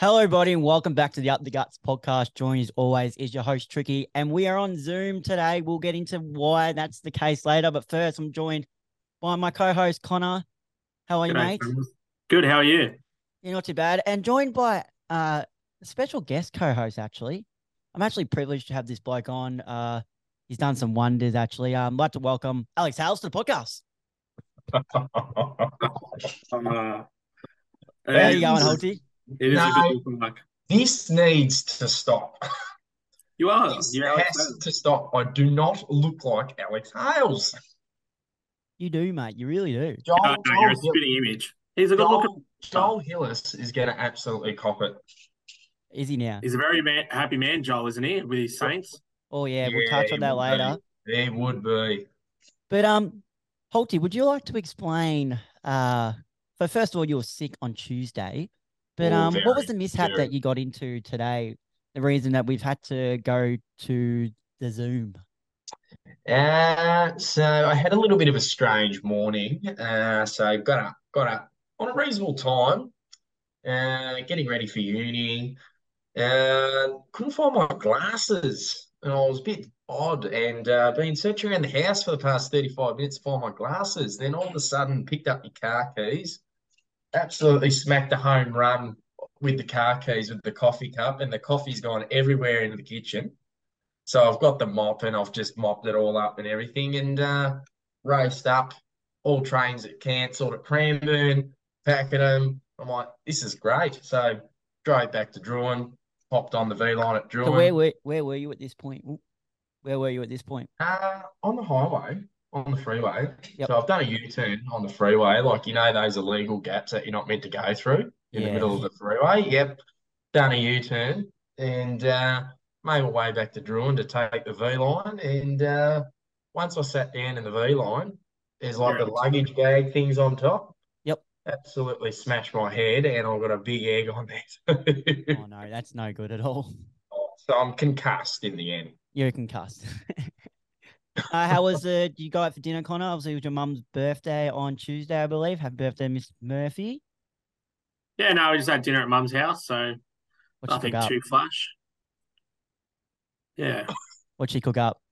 Hello, everybody, and welcome back to the Up the Guts podcast. Joining as always is your host Tricky, and we are on Zoom today. We'll get into why that's the case later, but first, I'm joined by my co-host Connor. How are you, G'day, mate? fellas. Good. How are you? You're not too bad, and joined by uh, a special guest co-host. Actually, I'm actually privileged to have this bloke on. Uh, he's done some wonders. Actually, um, I'd like to welcome Alex Hales to the podcast. I'm, uh, How it you is- going, Holty? It is a No. good looking luck. This needs to stop. You are. This You're Alex has Hales. to stop. I do not look like Alex Hales. You do, mate. You really do. Joel, Uh, No, no, oh, you're a spitting image. He's a good Joel- looking. Joel Hillis is going to absolutely cop it. Is he now? He's a very man, happy man, Joel, isn't he? With his Saints. Oh yeah, we'll Yeah, touch he on that would be. later. He would be. But um, Holty, would you like to explain? Uh, so first of all, you were sick on Tuesday, but Oh, um, what was very, the mishap very. that you got into today? The reason that we've had to go to the Zoom. Uh, so I had a little bit of a strange morning. Uh, so got up, got up on a reasonable time, uh, getting ready for uni, and couldn't find my glasses. And I was a bit odd and uh, been searching around the house for the past 35 minutes to find my glasses. Then all of a sudden picked up my car keys, absolutely smacked a home run with the car keys with the coffee cup, and the coffee's gone everywhere into the kitchen. So I've got the mop and I've just mopped it all up and everything and uh, raced up all trains that cancelled at Cranbourne, Pakenham. I'm like, this is great. So drove back to Druin, hopped on the V line at So where Druin. were where were you at this point? Oop. Where were you at this point? Uh, on the highway, on the freeway. Yep. So I've done a U-turn on the freeway, like you know those illegal gaps that you're not meant to go through in the Yeah. middle of the freeway. Yep, done a U-turn and uh, made my way back to Druin to take the V line. And uh, once I sat down in the V line, there's like Yeah. the luggage gag things on top. Yep. Absolutely smashed my head, and I've got a big egg on there. Oh no, that's no good at all. So I'm concussed in the end. You're concussed. uh, how was the? Did you go out for dinner, Connor? Obviously, it was your mum's birthday on Tuesday, I believe. Happy birthday, Miss Murphy. Yeah, no, we just had dinner at Mum's house, so What she nothing cook up? too flash. Yeah. What she cook up?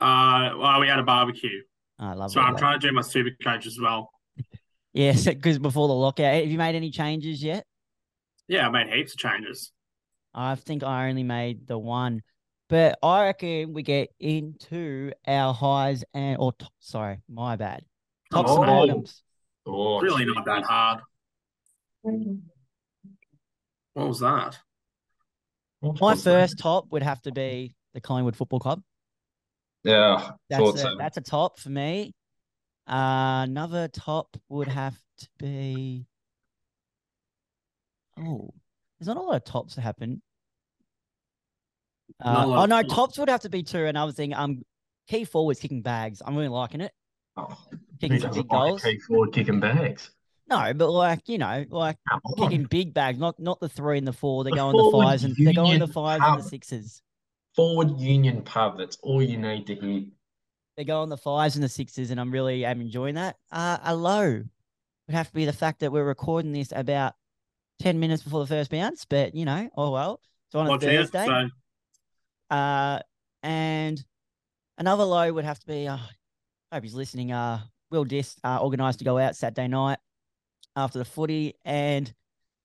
Uh, well, we had a barbecue, I love so it. I'm trying to do my super coach as well. Yes, because before the lockout, have you made any changes yet? Yeah, I made heaps of changes. I think I only made the one, but I reckon we get into our highs and or t- sorry, my bad, tops and Oh. bottoms. Oh, Really gee. not that hard. Mm. What was that? What My was that? first top would have to be the Collingwood Football Club. Yeah, That's thought a, so. that's a top for me. Uh, another top would have to be. Oh, there's not a lot of tops that happen. Uh, Not a lot oh of no, tops. tops would have to be two. Another thing, um, key forwards kicking bags. I'm really liking it. Oh, Kicking who some doesn't big like a goals. key forward kicking bags? No, but like you know, like Come on. kicking big bags. Not not the three and the four. They're The going the forward fives and they're going the union fives and the pub. sixes. Forward union pub. That's all you need to hear. They go on the fives and the sixes, and I'm really am enjoying that. Uh, a low would have to be the fact that we're recording this about ten minutes before the first bounce, but you know, oh well. It's on a Watch out, Thursday, so uh, and another low would have to be. Uh, I hope he's listening. Uh, Will Dis uh, organised to go out Saturday night after the footy and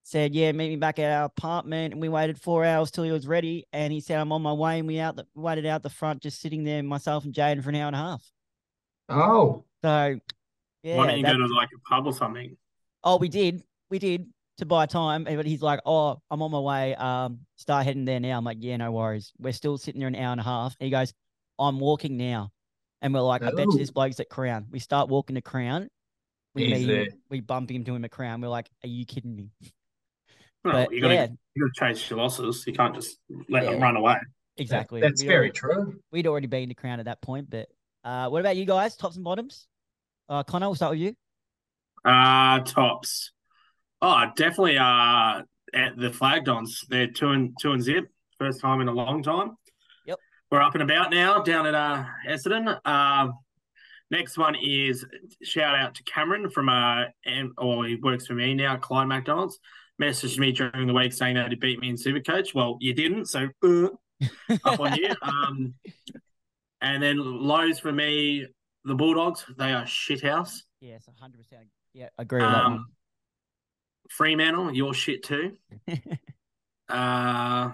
said, "Yeah, meet me back at our apartment." And we waited four hours till he was ready, and he said, "I'm on my way." And we out the, waited out the front, just sitting there, myself and Jaden, for an hour and a half. Oh, So, yeah. why don't you that- go to like a pub or something? oh, we did. We did to buy time. and- But he's like, oh, I'm on my way. Um, start heading there now. I'm like, yeah, no worries. We're still sitting there an hour and a half. And he goes, I'm walking now. And we're like, I bet you this Oh. bloke's at Crown. We start walking to Crown. We He's meet there. him, we bump into him at Crown. We're like, are you kidding me? Well, but Oh, you gotta yeah, you gotta chase your losses. You can't just let them Yeah. run away. exactly. That's We very already- true. We'd already been to Crown at that point. But uh, what about you guys? Tops and bottoms? Uh, Connor, we'll start with you. Uh tops. Oh, definitely uh at the flag dons. They're two and two and zip. First time in a long time. Yep. We're up and about now down at uh Essendon. Uh, next one is shout out to Cameron from uh and or he works for me now, Clyde McDonald's. messaged me during the week saying that he beat me in Supercoach. Well, you didn't, so uh, up on you. Um, and then lows for me, the Bulldogs, they are shithouse. Yes, hundred percent. Yeah, agree with that one. Um, Fremantle, you're shit too. uh,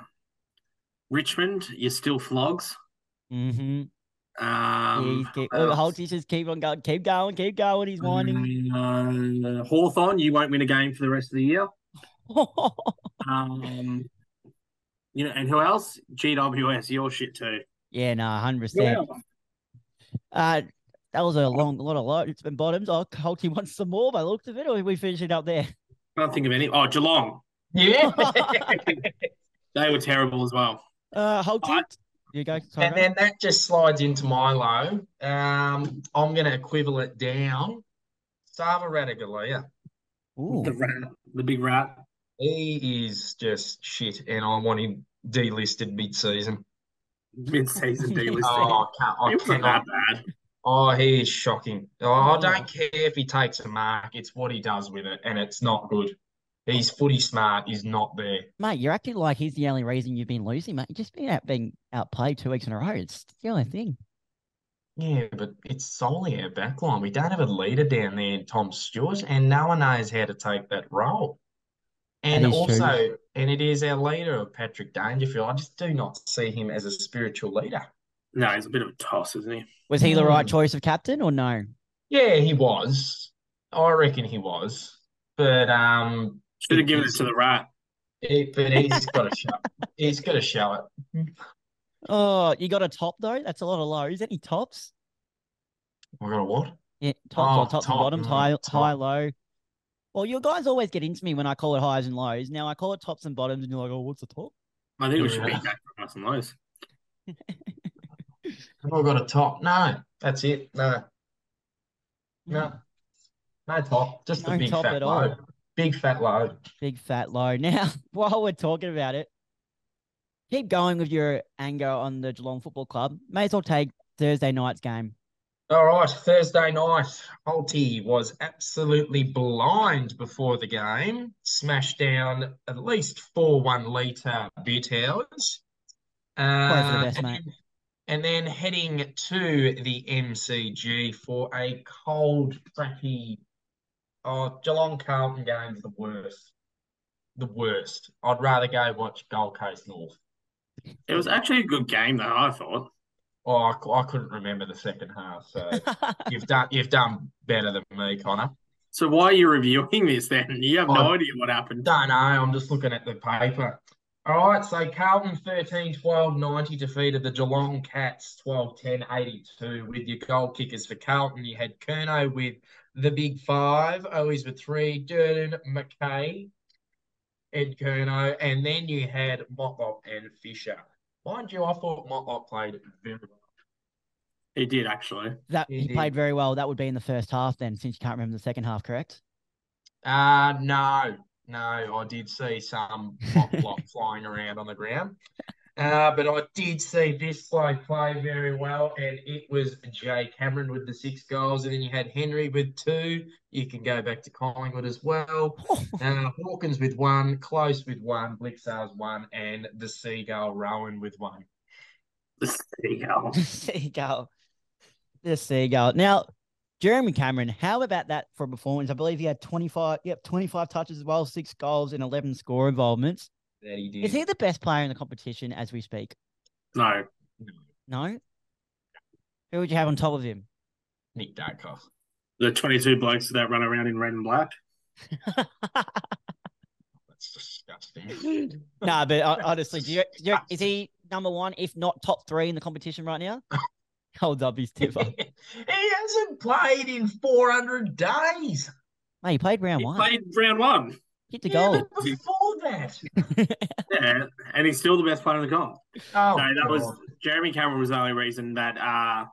Richmond, you're still flogs. Mm-hmm. yeah, Um, he's keep, uh, Holt, he just keep on going, keep going, keep going. He's winding. uh, Hawthorn, you won't win a game for the rest of the year. Um, you know, and who else? GWS, you're shit too. yeah, no, hundred percent. Uh, that was a long, lot of low. It's been bottoms. Oh, Holty wants some more by the looks of it, or we finish it up there. I can't think of any. Oh, Geelong, Yeah. they were terrible as well. Uh, Holty, I- you go. Sorry, And mate. then that just slides into my low. Um, I'm going to equivalent down. Sava Radigalia. The Ooh, rat, the big rat. He is just shit, and I want him delisted mid-season. mid-season deal is Oh, Oh, I it can't, I wasn't that cannot. bad. Oh, he is shocking. Oh, I Oh. don't care if he takes a mark. It's what he does with it, and it's not good. He's footy smart. He's not there. mate, you're acting like he's the only reason you've been losing, mate. You've just been out being outplayed two weeks in a row. It's the only thing. Yeah, but it's solely our back line. We don't have a leader down there in Tom Stewart, and no one knows how to take that role. And is true. also, and it is our leader of Patrick Dangerfield. I just do not see him as a spiritual leader. No, he's a bit of a toss, isn't he? Was he the right Mm. choice of captain or no? Yeah, he was. I reckon he was. But um, Should have given it to the rat. it, but he's got to show. He's got to show it. Oh, you got a top though. That's a lot of lows. Any tops? I got a what? Yeah, tops or Oh, tops and top, bottoms, mm, high, high, top. low. Well, your guys always get into me when I call it highs and lows. Now I call it tops and bottoms, and you're like, "Oh, what's the top?" I think we should be Yeah. back for us and those. Have I got a top? No, that's it. No, no, no top. Just a No big top fat at all. load. Big fat load. Big fat low. Now, while we're talking about it, keep going with your anger on the Geelong Football Club. May as well take Thursday night's game. All right, Thursday night, Holty was absolutely blind before the game. Smashed down at least four one litre beer towers. Probably for Um, the best, and mate. then- and then heading to the MCG for a cold, crappy. Oh, Geelong Carlton game's the worst. The worst. I'd rather go watch Gold Coast North. It was actually a good game, though, I thought. Oh, I, c- I couldn't remember the second half, so you've done you've done better than me, Connor. So why are you reviewing this then? You have no Oh. idea what happened. Don't know. I'm just looking at the paper. All right. So Carlton 13 12 90 defeated the Geelong Cats 12 10 82 with your goal kickers for Carlton. You had Kerno with the big five, Owies with three, Durden, McKay, Ed Kerno, and then you had Motlop and Fisher. Mind you, I thought Motlop played very well. He did actually. that You he did. played very well. That would be in the first half then, since you can't remember the second half, correct? Uh, no, no, I did see some pop block flying around on the ground. Uh, but I did see this play play very well, and it was Jay Cameron with the six goals, and then you had Henry with two. You can go back to Collingwood as well. Uh, Hawkins with one, Close with one, Blixar's one, and the Seagull Rowan with one. The seagull. seagull. The seagull. Now, Jeremy Cameron, how about that for a performance? I believe he had 25, yep, 25 touches as well, six goals and 11 score involvements. That he Is he did. the best player in the competition as we speak? No, No? Who would you have on top of him? Nick Darkoff. the twenty-two blokes that run around in red and black. That's disgusting. nah, but hon- honestly, do you, do you- is he number one, if not top three in the competition right now? Hold up his He tip up. hasn't played in 400 days. Mate, he played round he one. played round one. Hit the Yeah, goal. but before that. Yeah, and he's still the best player in the comp. Oh, no, that was God. Jeremy Cameron was the only reason that uh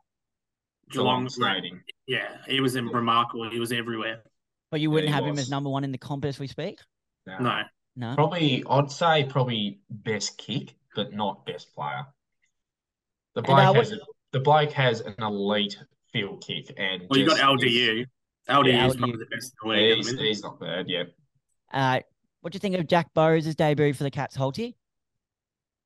Geelong. Geelong's rating. Yeah, he was remarkable. He was everywhere. But you wouldn't he have him was. as number one in the comp as we speak? No. No, No. Probably, I'd say probably best kick, but not best player. The And, bloke uh, what- has a, the bloke has an elite field kick, and Well, you got E just- LDU. LDU is LDU. probably the best in the league. at the He's, minute. he's not bad, yeah. Uh, What do you think of Jack Burrows' debut for the Cats, Holty?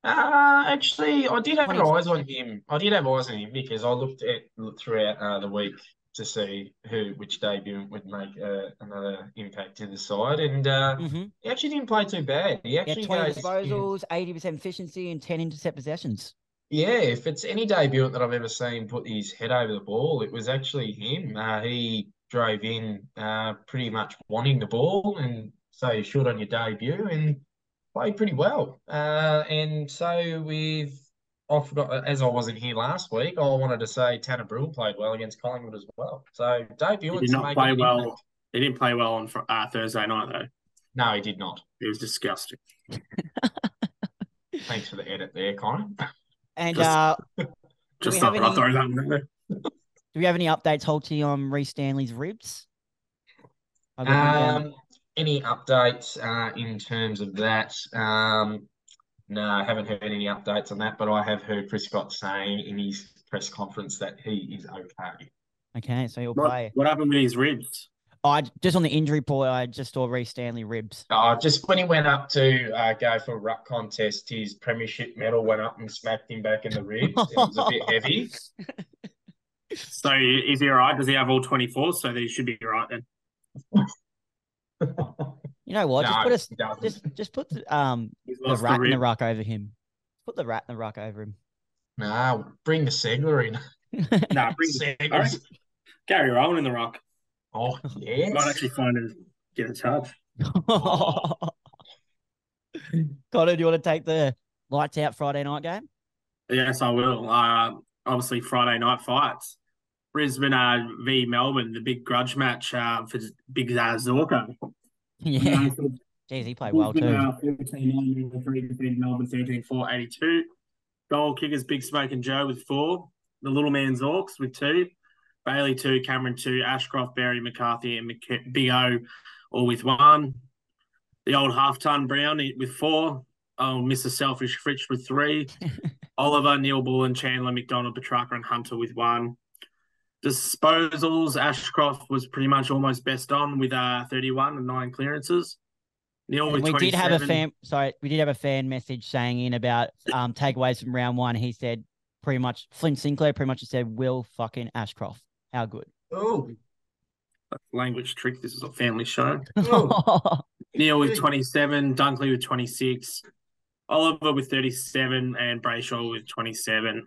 Uh, actually, I did have What eyes on him. I did have eyes on him because I looked at looked throughout uh, the week to see who which debut would make uh, another impact to the side, and uh, Mm-hmm. he actually didn't play too bad. He Yeah, actually 20 goes in- disposals, 80% efficiency, and 10 intercept possessions. Yeah, if it's any debutant that I've ever seen put his head over the ball, it was actually him. Uh, he drove in uh, pretty much wanting the ball, and so you should on your debut and played pretty well. Uh, and so with, I forgot, uh, as I wasn't here last week, I wanted to say Tanner Bruin played well against Collingwood as well. So He debutants did not make play an well. impact. He didn't play well on fr- uh, Thursday night though. No, he did not. It was disgusting. Thanks for the edit there, Connor. And Just- uh, Do we Just have thought I'd any- throw that in there. do we have any updates, Holty, on Reece Stanley's ribs? I got them down. Um, any updates uh, in terms of that? Um, no, I haven't heard any updates on that, but I have heard Chris Scott saying in his press conference that he is okay. okay, so he'll What, play. what happened with his ribs? I just on the injury report, I just saw Reece Stanley ribs. Uh, just when he went up to uh, go for a ruck contest, his premiership medal went up and smacked him back in the ribs. It was a bit heavy. So is he all right? Does he have all twenty four? So they should be all right then. You know what? No, Just put us. he doesn't. Just just put the, um He's the lost the rat in the rib. ruck over him. Put the rat in the ruck over him. No, bring the Segler in. Nah, bring Segler. all right. Gary Rowan in the rock. Oh, Might yes. actually find and get in touch. Connor, do you want to take the lights out Friday night game? Yes, I will. Uh, obviously, Friday night fights. Brisbane uh, v Melbourne, the big grudge match uh, for Big Zaz Zorko. Yeah. Jeez, he played well Brisbane, too. uh, 14-9 over three, defeated Melbourne 13-4, 82. Goal kickers, Big Smoke and Joe with four. The little man's Orcs with two. Bailey two, Cameron two, Ashcroft, Barry, McCarthy, and McK- Big O all with one. The old half-ton Brown with four. Oh, Mr. Selfish Fritch with three. Oliver, Neil Bullen, Chandler, McDonald, Petrarca, and Hunter with one. Disposals, Ashcroft was pretty much almost best on with uh, 31 and nine clearances. Neil And with we 27. did have a fan. Sorry, we did have a fan message saying in about um takeaways from round one. He said pretty much Flynn Sinclair pretty much said Will fucking Ashcroft. How good? Oh, language trick. This is a family show. oh. Neil with Good. 27, Dunkley with 26, Oliver with 37, and Brayshaw with 27.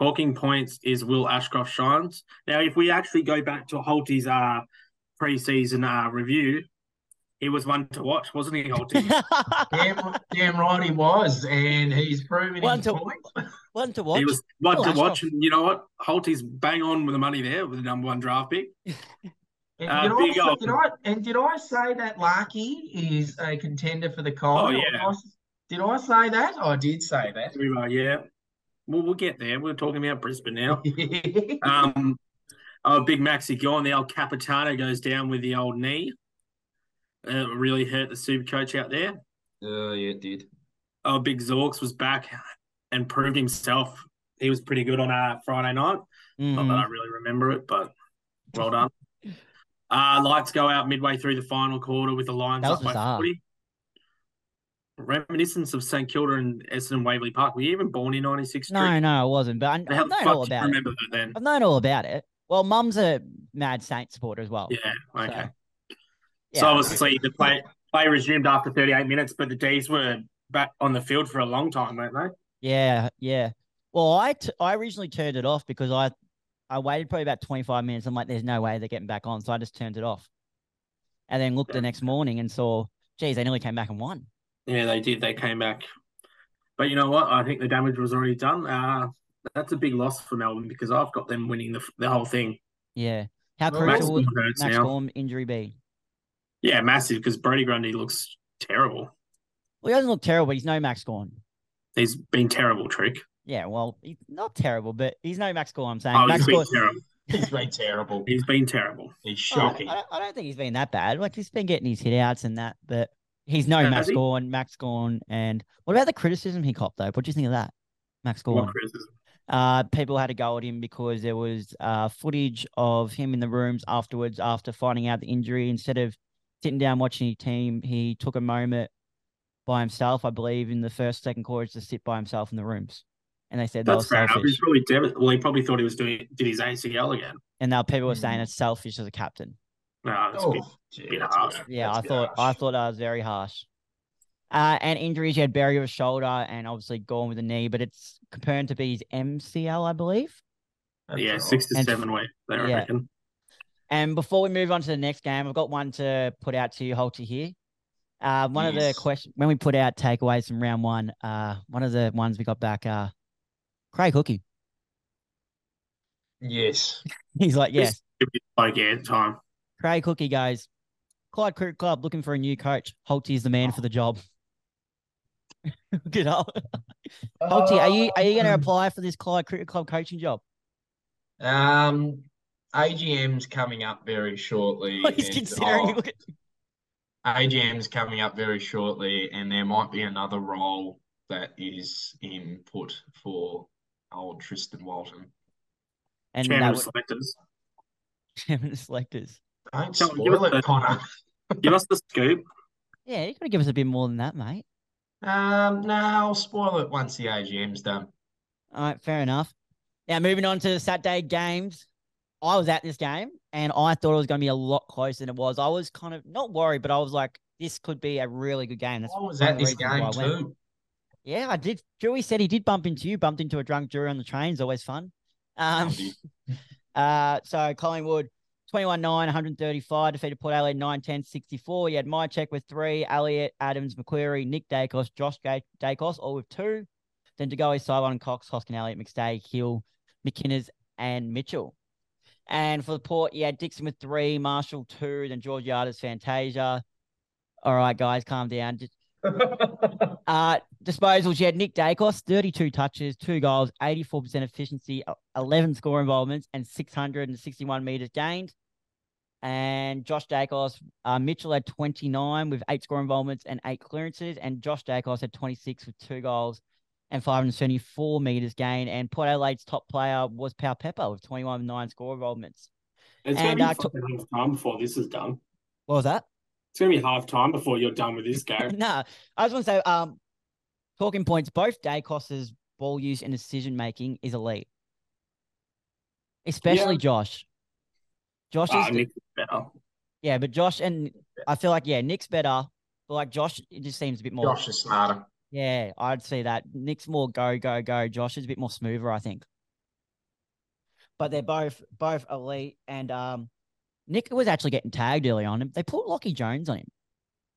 Talking points is Will Ashcroft shines. Now, if we actually go back to Holty's uh, preseason uh, review, he was one to watch, wasn't he, Holty? Damn, damn right he was, and he's proven One his to- point. One to watch. He was one Will to watch, Ashcroft. and you know what? Holty's bang on with the money there with the number one draft pick. And Uh, did, big I, old- did I and did I say that Larky is a contender for the Cold? Oh, yeah. Did I say that? I did say that. We were, uh, yeah. Well, we'll get there. We're talking about Brisbane now. yeah, Um, oh, big Maxi gone. The old Capitano goes down with the old knee. Uh, It really hurt the super coach out there. Uh, it did. Oh, big Zorks was back and proved himself. He was pretty good on uh, Friday night. Not that Mhm. I really remember it, but well done. Uh, lights go out midway through the final quarter with the Lions That was up by bizarre. 40. Reminiscence of St Kilda and Essendon Waverley Park. Were you even born in 96? No, no, it wasn't. But I, I've How the known all fuck do you about it. remember that then? I've known all about it. Well, Mum's a mad Saint supporter as well. Yeah, okay. Yeah. So obviously the play play resumed after 38 minutes, but the D's were back on the field for a long time, weren't they? Yeah, yeah. Well, I t- I originally turned it off because I I waited probably about 25 minutes. I'm like, there's no way they're getting back on, so I just turned it off. And then looked the next morning and saw, geez, they nearly came back and won. Yeah, they did. They came back, but you know what? I think the damage was already done. Uh, that's a big loss for Melbourne because I've got them winning the the whole thing. Yeah. How Well, Max crucial would Gorn hurts Max now. Gorm injury be? Yeah, massive because Brody Grundy looks terrible. Well, he doesn't look terrible. But he's no Max Gorn. He's been terrible, Trick. Yeah, well, he's not terrible, but he's no Max Gorn. I'm saying Oh, Max he's been Gorn. oh, terrible. He's been terrible. He's been terrible. I He's don't- shocking. I don't, I don't think he's been that bad. Like he's been getting his hit outs and that, but he's no Has Max he? Gorn. Max Gorn, and what about the criticism he copped though? What do you think of that, Max Gorn? What criticism? uh, people had a go at him because there was uh, footage of him in the rooms afterwards after finding out the injury. Instead of sitting down watching his team, he took a moment by himself, I believe, in the first, second quarters to sit by himself in the rooms. And they said That's they were fair. He's selfish. probably dem- well, he probably thought he was doing did his ACL again. And now people were saying Mhm. it's selfish as a captain. No, that's Oh, good. gee, bit that's harsh. bad. Yeah, That's I thought harsh. I thought I was very harsh. Uh, and injuries, you had Barry with a shoulder and obviously Gorn with a knee, but it's confirmed to be his MCL, I believe. That's yeah, all six to And- seven weeks. There, yeah. I reckon. And before we move on to the next game, I've got one to put out to you, Holter, here. Uh, one of the Yes. questions when we put out takeaways from round one, uh, one of the ones we got back, uh, Craig Hookie. right. Yes. He's like, yes, Give it like yeah, time. Craig Hookie goes, Clyde Cricket Club looking for a new coach. Holty is the man for the job. Good old Holty. Are you are you Uh, going to apply for this Clyde Cricket Club coaching job? Um, AGM's coming up very shortly. He's and considering. I'll- look at- AGM's coming up very shortly, and there might be another role that is in put for old Tristan Walton. and that Chairman of was selectors. chairman of selectors. Don't Don't give spoil it it, the- Connor. Give us the scoop. Yeah, you got to give us a bit more than that, mate. Um, no, I'll spoil it once the AGM's done. All right, fair enough. Now moving on to the Saturday games. I was at this game and I thought it was going to be a lot closer than it was. I was kind of not worried, but I was like, this could be a really good game. That's I was one of at the this reasons why game I went. too. Yeah, I did. Dewey said he did bump into you, bumped into a drunk jury on the train. It's always fun. Um, Andy. uh, so Collingwood 21 9, 135, defeated Port Adelaide 9 10, 64. You had my check with three, Elliot, Adams, McQuarrie, Nick Dacos, Josh Ga- Dacos, all with two. Then Degoe, Sylvan, Cox, Hoskin, Elliott, McStay, Hill, McKinners, and Mitchell. And for the Port, you had Dixon with three, Marshall two, then Georgiades, Fantasia. All right, guys, calm down. Just uh, disposals, you had Nick Dacos, 32 touches, two goals, 84% efficiency, uh, 11 score involvements, and 661 meters gained. And Josh Dacos, uh, Mitchell had 29 with eight score involvements and eight clearances. And Josh Dacos had 26 with two goals and 574 meters gained. And Port Adelaide's top player was Pau Pepper with 21 with nine score involvements. It's And, gonna uh, be fucking half time before this is done. What was that? It's gonna be half time before you're done with this game. no, I just want to say, um, talking points. Both Dacos's ball use and decision making is elite, especially Josh. Josh is Ah, Nick is better. yeah, but Josh and I feel like yeah, Nick's better, but like Josh, it just seems a bit more. Josh is smarter. Yeah, I'd say that. Nick's more go, go, go. Josh is a bit more smoother, I think. But they're both both elite. And um Nick was actually getting tagged early on. They put Lockie Jones on him,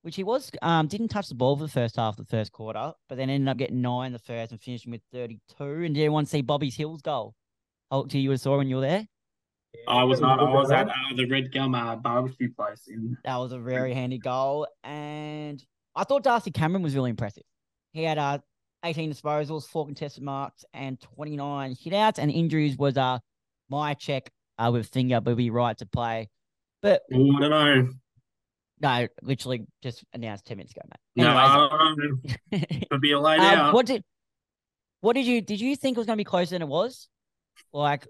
which he was um didn't touch the ball for the first half of the first quarter, but then ended up getting nine in the first and finishing with 32. And did anyone see Bobby's Hills goal? Hulk, do you would've saw when you were there? I was not. I was at uh, the Red Gum uh, barbecue place in. That was a very handy goal. And I thought Darcy Cameron was really impressive. He had uh, 18 disposals, four contested marks, and 29 hitouts. And injuries was uh, my check uh, with finger, but be right to play. But Oh, I don't know. no, literally just announced 10 minutes ago, mate. No, Anyways, I don't know. It'll be a late um, out. what did what did you did you think it was going to be closer than it was? Like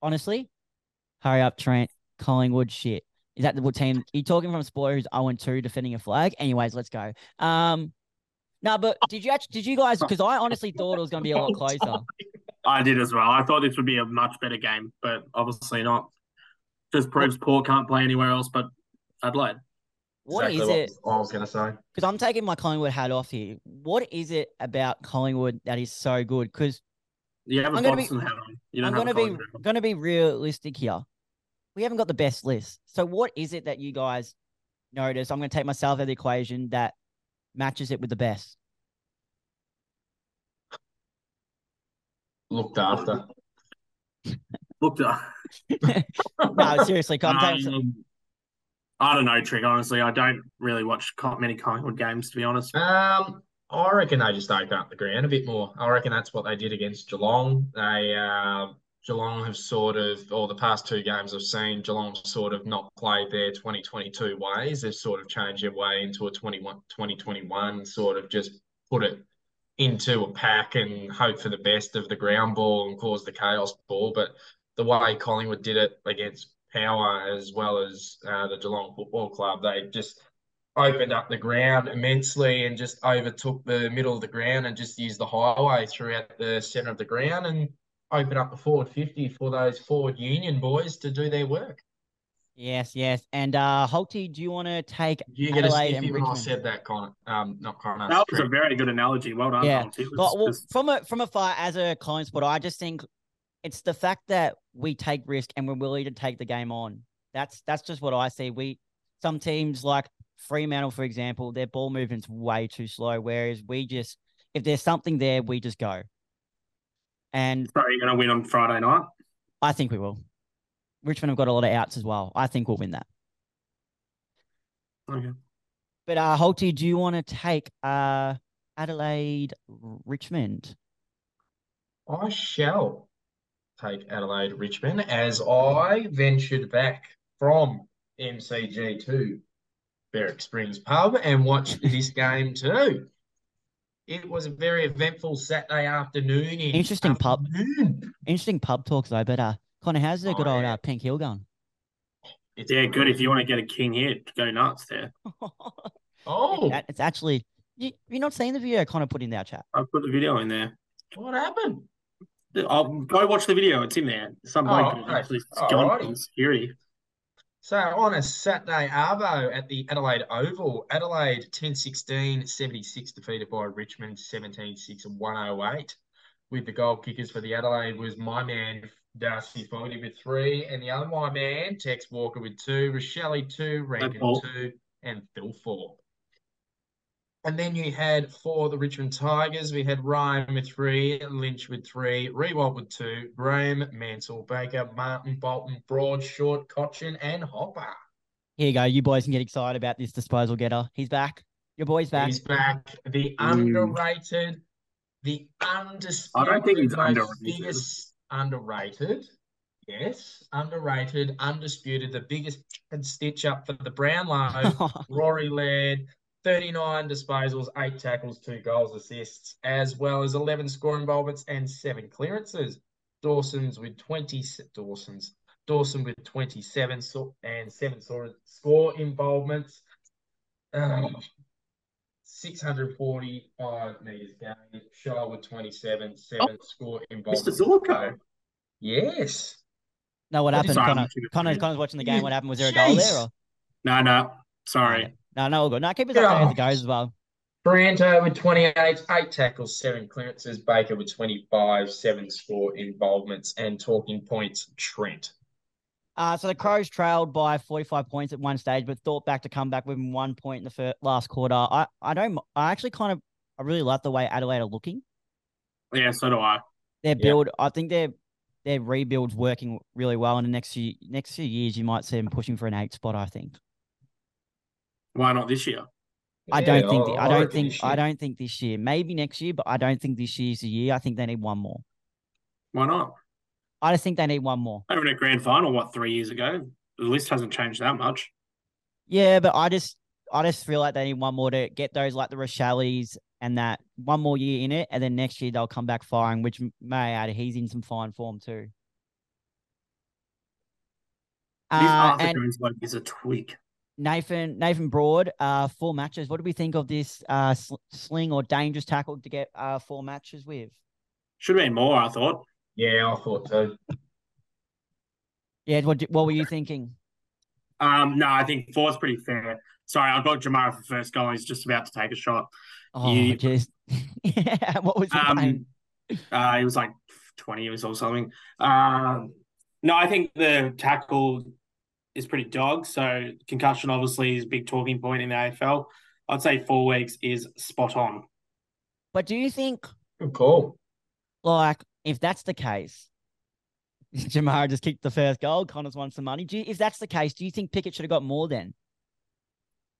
honestly, hurry up, Trent Collingwood. Shit, is that the what team? You're talking from a spoiler who's 0 and 2 defending a flag. Anyways, let's go. Um, no, but did you actually did you guys? Because I honestly thought it was going to be a lot closer. I did as well. I thought this would be a much better game, but obviously not. Just proves Paul can't play anywhere else but Adelaide. What is Exactly it? what I was going to say. because I'm taking my Collingwood hat off here. What is it about Collingwood that is so good? Because You have a I'm gonna be- boxing hat on. You I'm don't gonna have a be Collingwood hat on. gonna be realistic here. We haven't got the best list. So what is it that you guys notice? I'm gonna take myself out of the equation that matches it with the best. Looked after. Looked up. No, seriously, I'm taking myself- Um, I don't know, Trick. Honestly, I don't really watch co- many Collingwood games to be honest. Um, I reckon they just opened up the ground a bit more. I reckon that's what they did against Geelong. They uh, Geelong have sort of, or the past two games I've seen, Geelong have sort of not played their 2022 ways. They've sort of changed their way into a 21, 2021, sort of just put it into a pack and hope for the best of the ground ball and cause the chaos ball. But the way Collingwood did it against Power as well as uh, the Geelong Football Club. They just opened up the ground immensely and just overtook the middle of the ground and just used the highway throughout the centre of the ground and opened up the forward 50 for those forward union boys to do their work. Yes, yes. And uh Holty, do you want to take You get Adelaide and a sniffy when I Richmond. said that, Connor. Um, not Connor. That was Strick. a very good analogy. Well done, Yeah. Monty. It was Like, well, just- from a from afar as a Collingwood supporter, I just think it's the fact that we take risk and we're willing to take the game on. That's that's just what I see. We some teams like Fremantle, for example, their ball movement's way too slow. Whereas we just, if there's something there, we just go. And so you're going to win on Friday night. I think we will. Richmond have got a lot of outs as well. I think we'll win that. Okay. But uh, Holty, do you want to take uh Adelaide, Richmond? I shall take Adelaide Richmond as I ventured back from MCG to Berwick Springs Pub and watched this game too. It was a very eventful Saturday afternoon. In Interesting pub. afternoon. Interesting pub talks though. But uh, Connor, how's the good Oh, old yeah. uh, Pink Hill going? It's Yeah, good. If you want to get a king hit, go nuts there. Oh, That- it's actually you, you're not seeing the video Connor put in our chat. I put the video in there. what happened? I'll go watch the video. It's in there. Some Oh, bloke okay. actually All gone righty. from security. So on a Saturday arvo at the Adelaide Oval, Adelaide 10-16, 76 defeated by Richmond 17-6 and 108. With the goal kickers for the Adelaide was my man Darcy Fogarty with three, and the other my man Tex Walker with two, Rochelle two, Rankin Paul. two, and Phil four. And then you had for the Richmond Tigers, we had Ryan with three, Lynch with three, Rewalt with two, Graham, Mansell, Baker, Martin, Bolton, Broad, Short, Cochin, and Hopper. Here you go. You boys can get excited about this disposal getter. He's back. Your boy's back. He's back. The Mm. underrated, the undisputed, he's most underrated. biggest underrated. Yes, underrated, undisputed, the biggest stitch up for the Brownlow. Rory Laird, 39 disposals, eight tackles, two goals, assists, as well as 11 score involvements and seven clearances. Dawson's with 20 s- Dawson's Dawson with 27 so, and seven sort score involvements. Um, 645 meters gained. Shaw with 27, seven score involvements. Zorko. Yes. no, what Sorry, happened, I'm Connor? not sure. Connor, Connor's watching the game. What happened? Was there a goal there? Jeez. Or? No, no. Sorry. No, no, all good. No, keep us updated as it goes as well. Branto with 28, eight tackles, seven clearances. Baker with 25, seven score involvements. And talking points, Trent. Uh, so the Crows trailed by 45 points at one stage, but thought back to come back within one point in the fir- last quarter. I, I don't, I actually kind of, I really like the way Adelaide are looking. Yeah, so do I. Their Yeah. build, I think their their rebuild's working really well. In the next few next few years, you might see them pushing for an eight spot. I think. Why not this year? I don't Yeah, think. the- I don't reckon think. this I year. don't think this year. Maybe next year, but I don't think this year's the year. I think they need one more. Why not? I just think they need one more. Over in a grand final, what, three years ago? The list hasn't changed that much. Yeah, but I just, I just feel like they need one more to get those like the Rochelle's and that one more year in it, and then next year they'll come back firing, which m- may add he's in some fine form too. this Uh, Arthur and Jones bloke is a tweak. Nathan Nathan Broad, uh, four matches. What do we think of this uh, sl- sling or dangerous tackle to get uh, four matches with? Should have been more, I thought. Yeah, I thought so. Yeah, what d- what were you thinking? Um, no, I think four's pretty fair. Sorry, I got Jamara for first goal. He's just about to take a shot. Oh, You- just yeah. What was the name? Um, uh, he was like 20 years or something. Um, no, I think the tackle is pretty dog. So concussion obviously is a big talking point in the AFL. I'd say four weeks is spot on. But do you think Good call. like if that's the case, Jamara just kicked the first goal. Connors won some money. Do you, if that's the case, do you think Pickett should have got more then?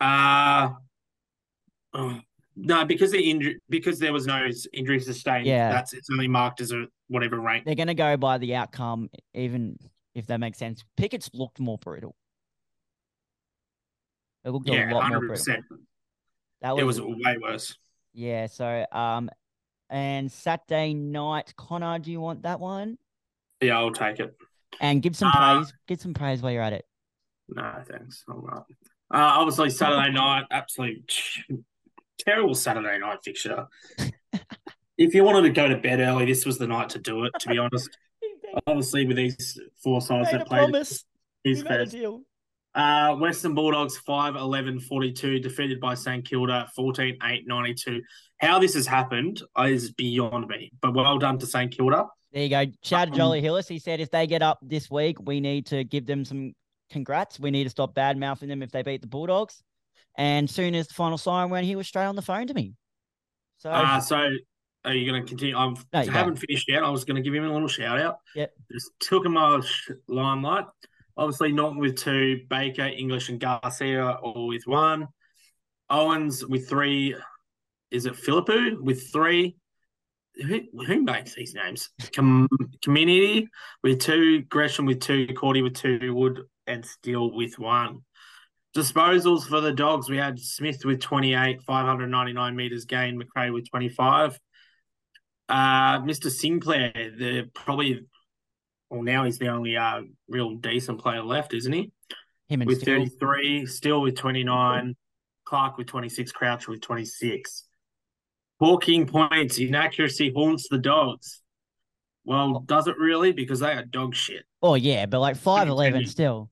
Uh, oh, no, because the injury because there was no s- injuries sustained. Yeah. that's it's only marked as a whatever rank. They're gonna go by the outcome, even if that makes sense. Pickett's looked more brutal. It looked a Yeah, lot more hundred brutal. percent. That It was way worse. yeah. So um, and Saturday night, Connor, do you want that one? Yeah, I'll take it. And give some Uh, praise. Give some praise while you're at it. No, thanks. All right. Uh, obviously, Saturday night, absolute terrible Saturday night fixture. if you wanted to go to bed early, this was the night to do it, to be honest. Obviously, with these four sides Made a that played promise. these You made a fairs. deal. Uh, Western Bulldogs 5 11 42, defeated by St Kilda 14 8 92. How this has happened is beyond me, but well done to St Kilda. There you go. Shout out to Um, Jolly Hillis. He said if they get up this week, we need to give them some congrats. We need to stop bad mouthing them if they beat the Bulldogs. And soon as the final siren went, he was straight on the phone to me. So Uh, so are you going to continue? I'm, No, I you haven't finished yet. I was going to give him a little shout out. Yep. Just took him out of sh- limelight. Obviously, Norton with two, Baker, English, and Garcia all with one. Owens with three. Is it Philippou with three? Who, who makes these names? Com- community with two, Gresham with two, Cordy with two, Wood and Steele with one. Disposals for the dogs. We had Smith with 28, 599 meters gained, McRae with 25. Uh, Mr. Sinclair, the probably, well, now he's the only uh, real decent player left, isn't he? him and With Steele. 33, Steele with 29, Clark with 26, Crouch with 26. Hawking points, inaccuracy haunts the dogs. Well, does it really? Because they are dog shit. Oh yeah, but like five eleven Continue. still.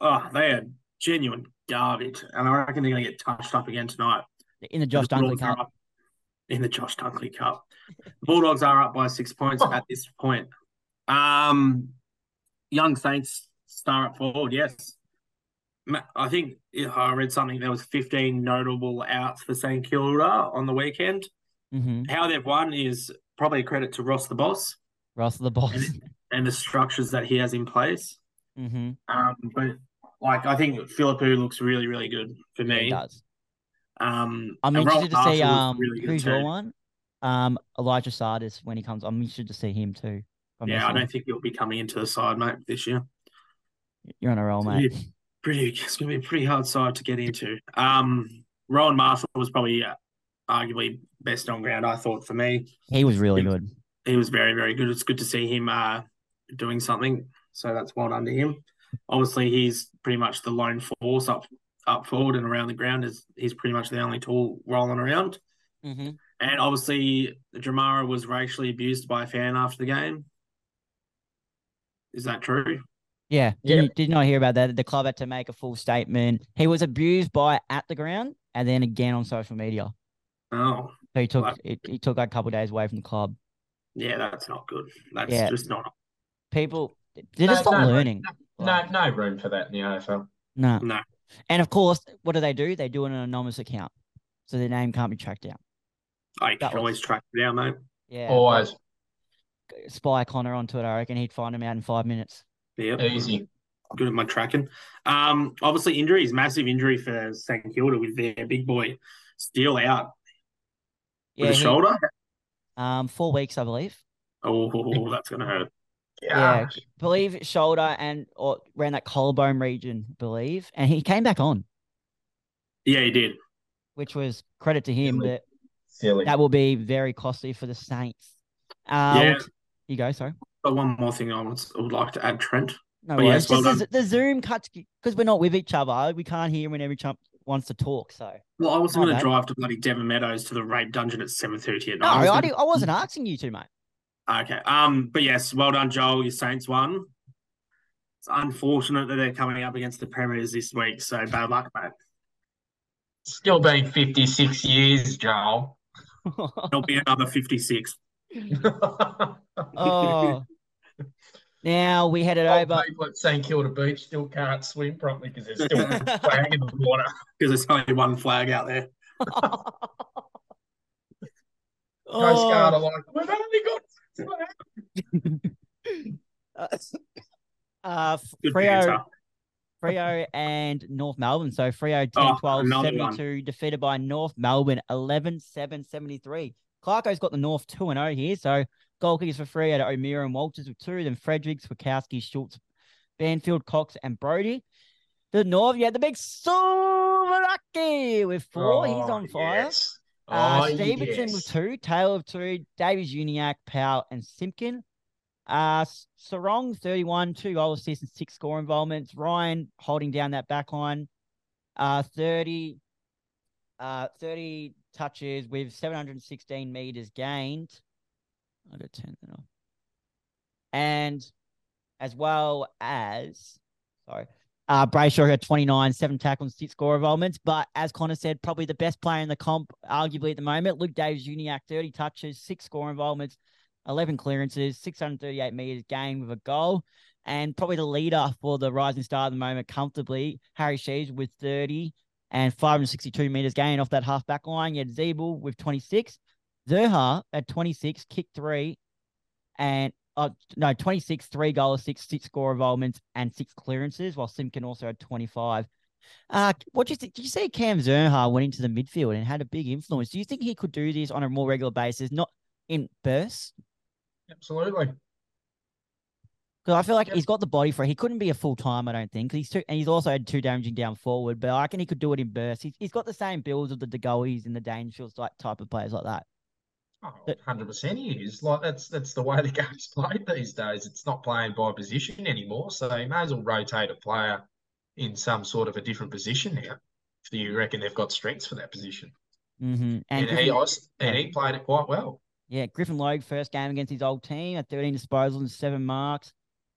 Oh, they are genuine garbage, and I reckon they're going to get touched up again tonight. In the Josh The Dunkley Bulldogs are Cup. up- In the Josh Dunkley Cup, the Bulldogs are up by six points at this point. Um, young Saints star up forward. Yes, Ma- I think yeah, I read something. There was fifteen notable outs for St Kilda on the weekend. hmm How they've won is probably a credit to Ross the boss Ross the boss. and the structures that he has in place. hmm Um, but like I think Philippou looks really, really good for He me. does. Um, I'm and Rowan interested to see Marshall looks um really good who's your too. one? Um Elijah Sardis when he comes. I'm interested to see him too. from this Yeah, I one. don't think he'll be coming into the side, mate, this year. You're on a roll, Yeah. mate. Pretty, it's going to be a pretty hard side to get into. Um, Rowan Marshall was probably uh, arguably best on ground. I thought for me, He was really Yeah. good. he was very, very good. It's good to see him uh, doing something. So that's well done to him. Obviously, he's pretty much the lone force up up forward and around the ground. Is he's pretty much the only tool rolling around. Mm-hmm. And obviously, Jamara was racially abused by a fan after the game. Is that true? Yeah. Yeah. Did, did not hear about that. The club had to make a full statement. He was abused by at the ground and then again on social media. Oh, So he took Wow. it, he took like, a couple days away from the club. yeah, that's not good. That's Yeah. just not. People they're just No, not no, learning. No, no room for that in the AFL. No. No. And of course, what do they do? They do an anonymous account. So their name can't be tracked down. I can That was- always track it down, mate. Yeah. Always like, Spy Connor on Twitter. I reckon he'd find him out in five minutes. Yep. easy. Good at my tracking. Um, obviously, injuries, massive injury for St Kilda with their big boy still out Yeah. with a he- shoulder. Um, four weeks, I believe. Oh, that's gonna hurt. Yeah. Gosh. Believe shoulder and or around that collarbone region, believe. And he came back on, Yeah, he did. which was credit to him, Really? but Silly. that will be very costly for the Saints. Uh, Yeah. we'll t- You go, sorry. But one more thing I would, would like to add, Trent. No But worries. yes, Oh, well Just the, the Zoom cuts because we're not with each other. We can't hear when every chump wants to talk. So Well, I wasn't Oh, gonna mate. drive to bloody Devon Meadows to the rape dungeon at seven thirty at no, night. I was I, gonna- do, I wasn't asking you to, mate. Okay. Um, but yes, well done, Joel. Your Saints won. It's unfortunate that they're coming up against the Premiers this week, so bad luck, mate. Still been 56 years, Joel. It'll be another fifty-six. oh. Now we headed Old over. people at St Kilda Beach still can't swim properly because there's still a flag in the water. Because there's only one flag out there. Coast Guard are Oh. like, we've only got six flags." Uh, F- Good for you, Freo, Tom. Freo and North Melbourne. So Freo 10 Oh, 12 another one. 72, defeated by North Melbourne 11 7 73. Clarko's got the North 2 and 0 here. So goal kickers for Freo to O'Meara and Walters with two, then Fredericks, Wachowski, Schultz, Banfield, Cox, and Brody. The North, yeah, the big Silveraki with four. He's Oh, on fire. yes. Uh, Oh, Stevenson with yes. two, Taylor of two, Davies, Uniacke, Powell, and Simpkin. Uh, Sarong, 31, two goal assists and six score involvements. Ryan holding down that back line. Uh, 30, uh, 30 touches with 716 meters gained. i got to turn that off. And as well as, sorry, uh, Brayshaw had 29, seven tackles, six score involvements. But as Connor said, probably the best player in the comp, arguably at the moment, Luke Davis Uniac, 30 touches, six score involvements, 11 clearances, 638 meters gained with a goal. And probably the leader for the rising star at the moment, comfortably, Harry Shees with 30 and 562 meters gained off that half back line. You had Zebul with 26, Zerha at 26, kick three, and uh, no, 26, three goals, six, six score involvements, and six clearances, while Simkin also had 25. Uh, what do you think? Did you see Cam Zerha went into the midfield and had a big influence? Do you think he could do this on a more regular basis, not in bursts? Absolutely. Because I feel like Yep. he's got the body for it. He couldn't be a full time, I don't think. 'cause He's too, and he's also had two damaging down forward, but I reckon he could do it in bursts. He's, he's got the same builds of the Degoes and the Dangerfields like type of players like that. Oh, But- 100% he is. Like that's that's the way the game's played these days. It's not playing by position anymore, so you may as well rotate a player in some sort of a different position now. If you reckon they've got strengths for that position. Mm-hmm. And And, he Griffin- os- and he played it quite well. yeah, Griffin Logue first game against his old team at 13 disposals and seven marks,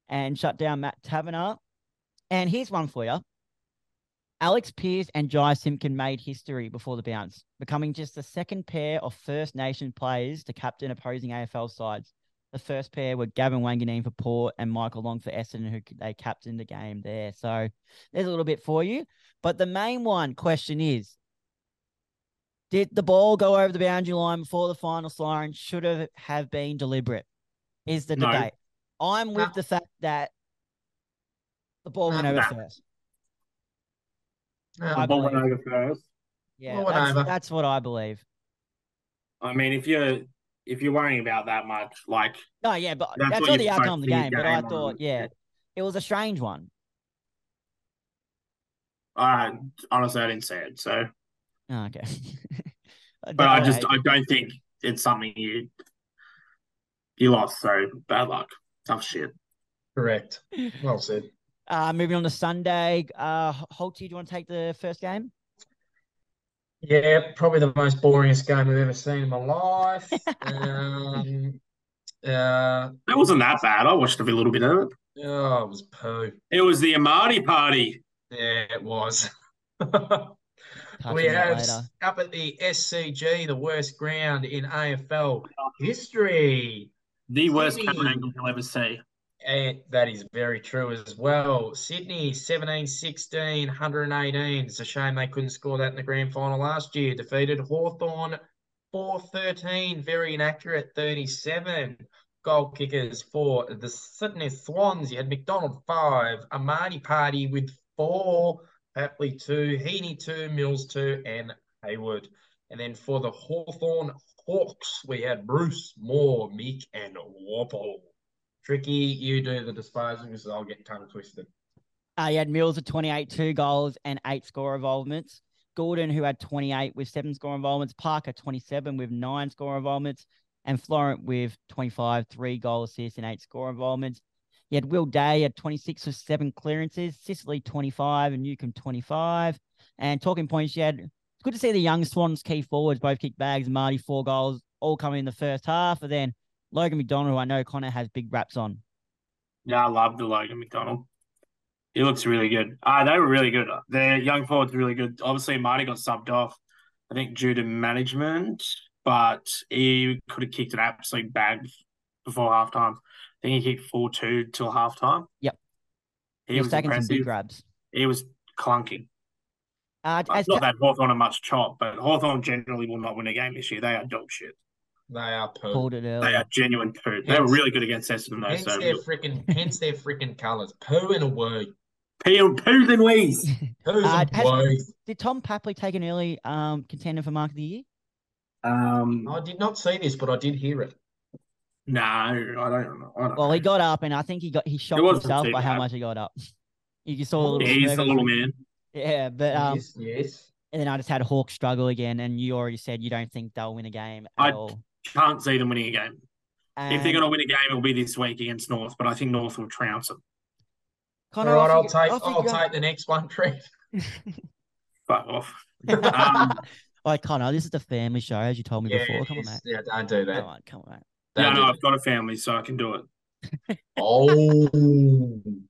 and shut down Matt Taverner. And here's one for you. Alex Pierce and Jai Simkin made history before the bounce, becoming just the second pair of First Nation players to captain opposing AFL sides. The first pair were Gavin Wanganeen for Port and Michael Long for Essendon, who c- they captained the game there. So there's a little bit for you. But the main one question is Did the ball go over the boundary line before the final siren? Should have have been deliberate, is the No. debate. I'm with No. the fact that the ball went No. over No. first. No, I Ball went believe. over first. Yeah, Well, that's, whatever. that's what I believe. I mean, if you're if you're worrying about that much, like No, yeah, but That's that's, what not you're the outcome of the supposed to game. But I game on, thought, yeah, yeah. it was a strange one. I honestly I didn't see it. So, Oh, okay. but I just I don't think it's something you you lost. So bad luck, tough shit. correct. Well said. uh, moving on to Sunday. Uh, Holty, do you want to take the first game? Yeah, probably the most boringest game I've ever seen in my life. Um, uh, It wasn't that bad. I watched a little bit of it. oh, it was poo. It was the Amati party. Yeah, it was. Touch We on that have later. s- up at the SCG, the worst ground in AFL history. The worst Sydney. camera angle you'll ever see. And that is very true as well. Sydney 17 16, 118. It's a shame they couldn't score that in the grand final last year. Defeated Hawthorn 4 13, very inaccurate 37. Goal kickers for the Sydney Swans. You had McDonald 5, Amani Party with 4, Papley 2, Heaney 2, Mills 2, and Hayward. And then for the Hawthorn Hawks, we had Bruce Moore, Meek, and Warple. Tricky, you do the disposal because I'll get tongue twisted. Uh, he had Mills with 28, two goals and eight score involvements. Gordon, who had 28 with seven score involvements. Parker, 27 with nine score involvements. And Florent with 25, three goal assists and eight score involvements. You had Will Day at 26 with seven clearances. Sicily, 25, and Newcomb, 25. And talking points, you had it's good to see the young Swans key forwards both kick bags. Marty, four goals, all coming in the first half. And then Logan McDonald, who I know Connor has big raps on. Yeah, I love the Logan McDonald. He looks really good. Uh, they were really good. Their young forward's really good. Obviously, Marty got subbed off, I think, due to management, but he could have kicked an absolute bag before halftime. I think he kicked 4 2 till halftime. Yep. He, He was was taking some big impressive. grabs. He was clunking. Uh, Like, as not that Hawthorn are much chop, but Hawthorn generally will not win a game this year. They are dog shit. They are poo. called it They earlier. are genuine poo. They were Hence- really good against Essendon, though. Hence So their freaking, hence their freaking colours. Poo and a word. poo, poo than wheeze. Poo's Uh, and has- woe. Did Tom Papley take an early um contender for Mark of the Year? Um, I did not see this, but I did hear it. No, I don't know. I don't Well, know. he got up, and I think he got he shocked wasn't himself too by how bad. much he got up. You just saw a little. Yeah, he's the smirk. little man. Yeah, but um, Yes, yes. and then I just had Hawk struggle again, and you already said you don't think they'll win a game at I- all. Can't see them winning a game. if they're going to win a game, it'll be this week against North, but I think North will trounce them. All right, I'll take I'll take the next one, Trent. Fuck off. take. Um, All right, Connor, this is the family show, as you told me Yeah, before. Come on, yes. mate. yeah, don't do that. Come on, come on. no, Don't do no, I've got a family, so I can do it. Oh. Very good.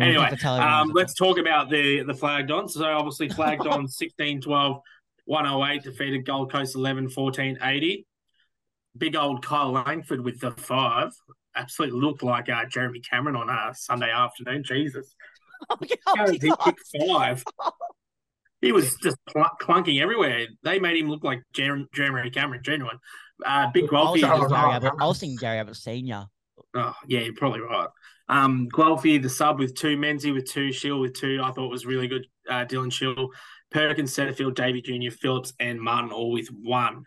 Anyway, Not the television, Um, is it? let's talk about the the flagged on. So obviously flagged on 16-12, 108 defeated Gold Coast 11 14 80. Big old Kyle Langford with the five. Absolutely looked like uh, Jeremy Cameron on a Sunday afternoon. Jesus. How did he kick five? He was just pl- clunking everywhere. They made him look like Jer- Jeremy Cameron, genuine. Uh, big I was Guelphy. thinking I'll Gary be- Abbott. I was thinking Gary Abbott Senior. Oh, yeah, you're probably right. Um, Guelphy, the sub with two, Menzies with two, Shield with two. I thought was really good. Uh, Dylan Shield, Perkins, Setterfield, Davy Jr., Phillips, and Martin all with one.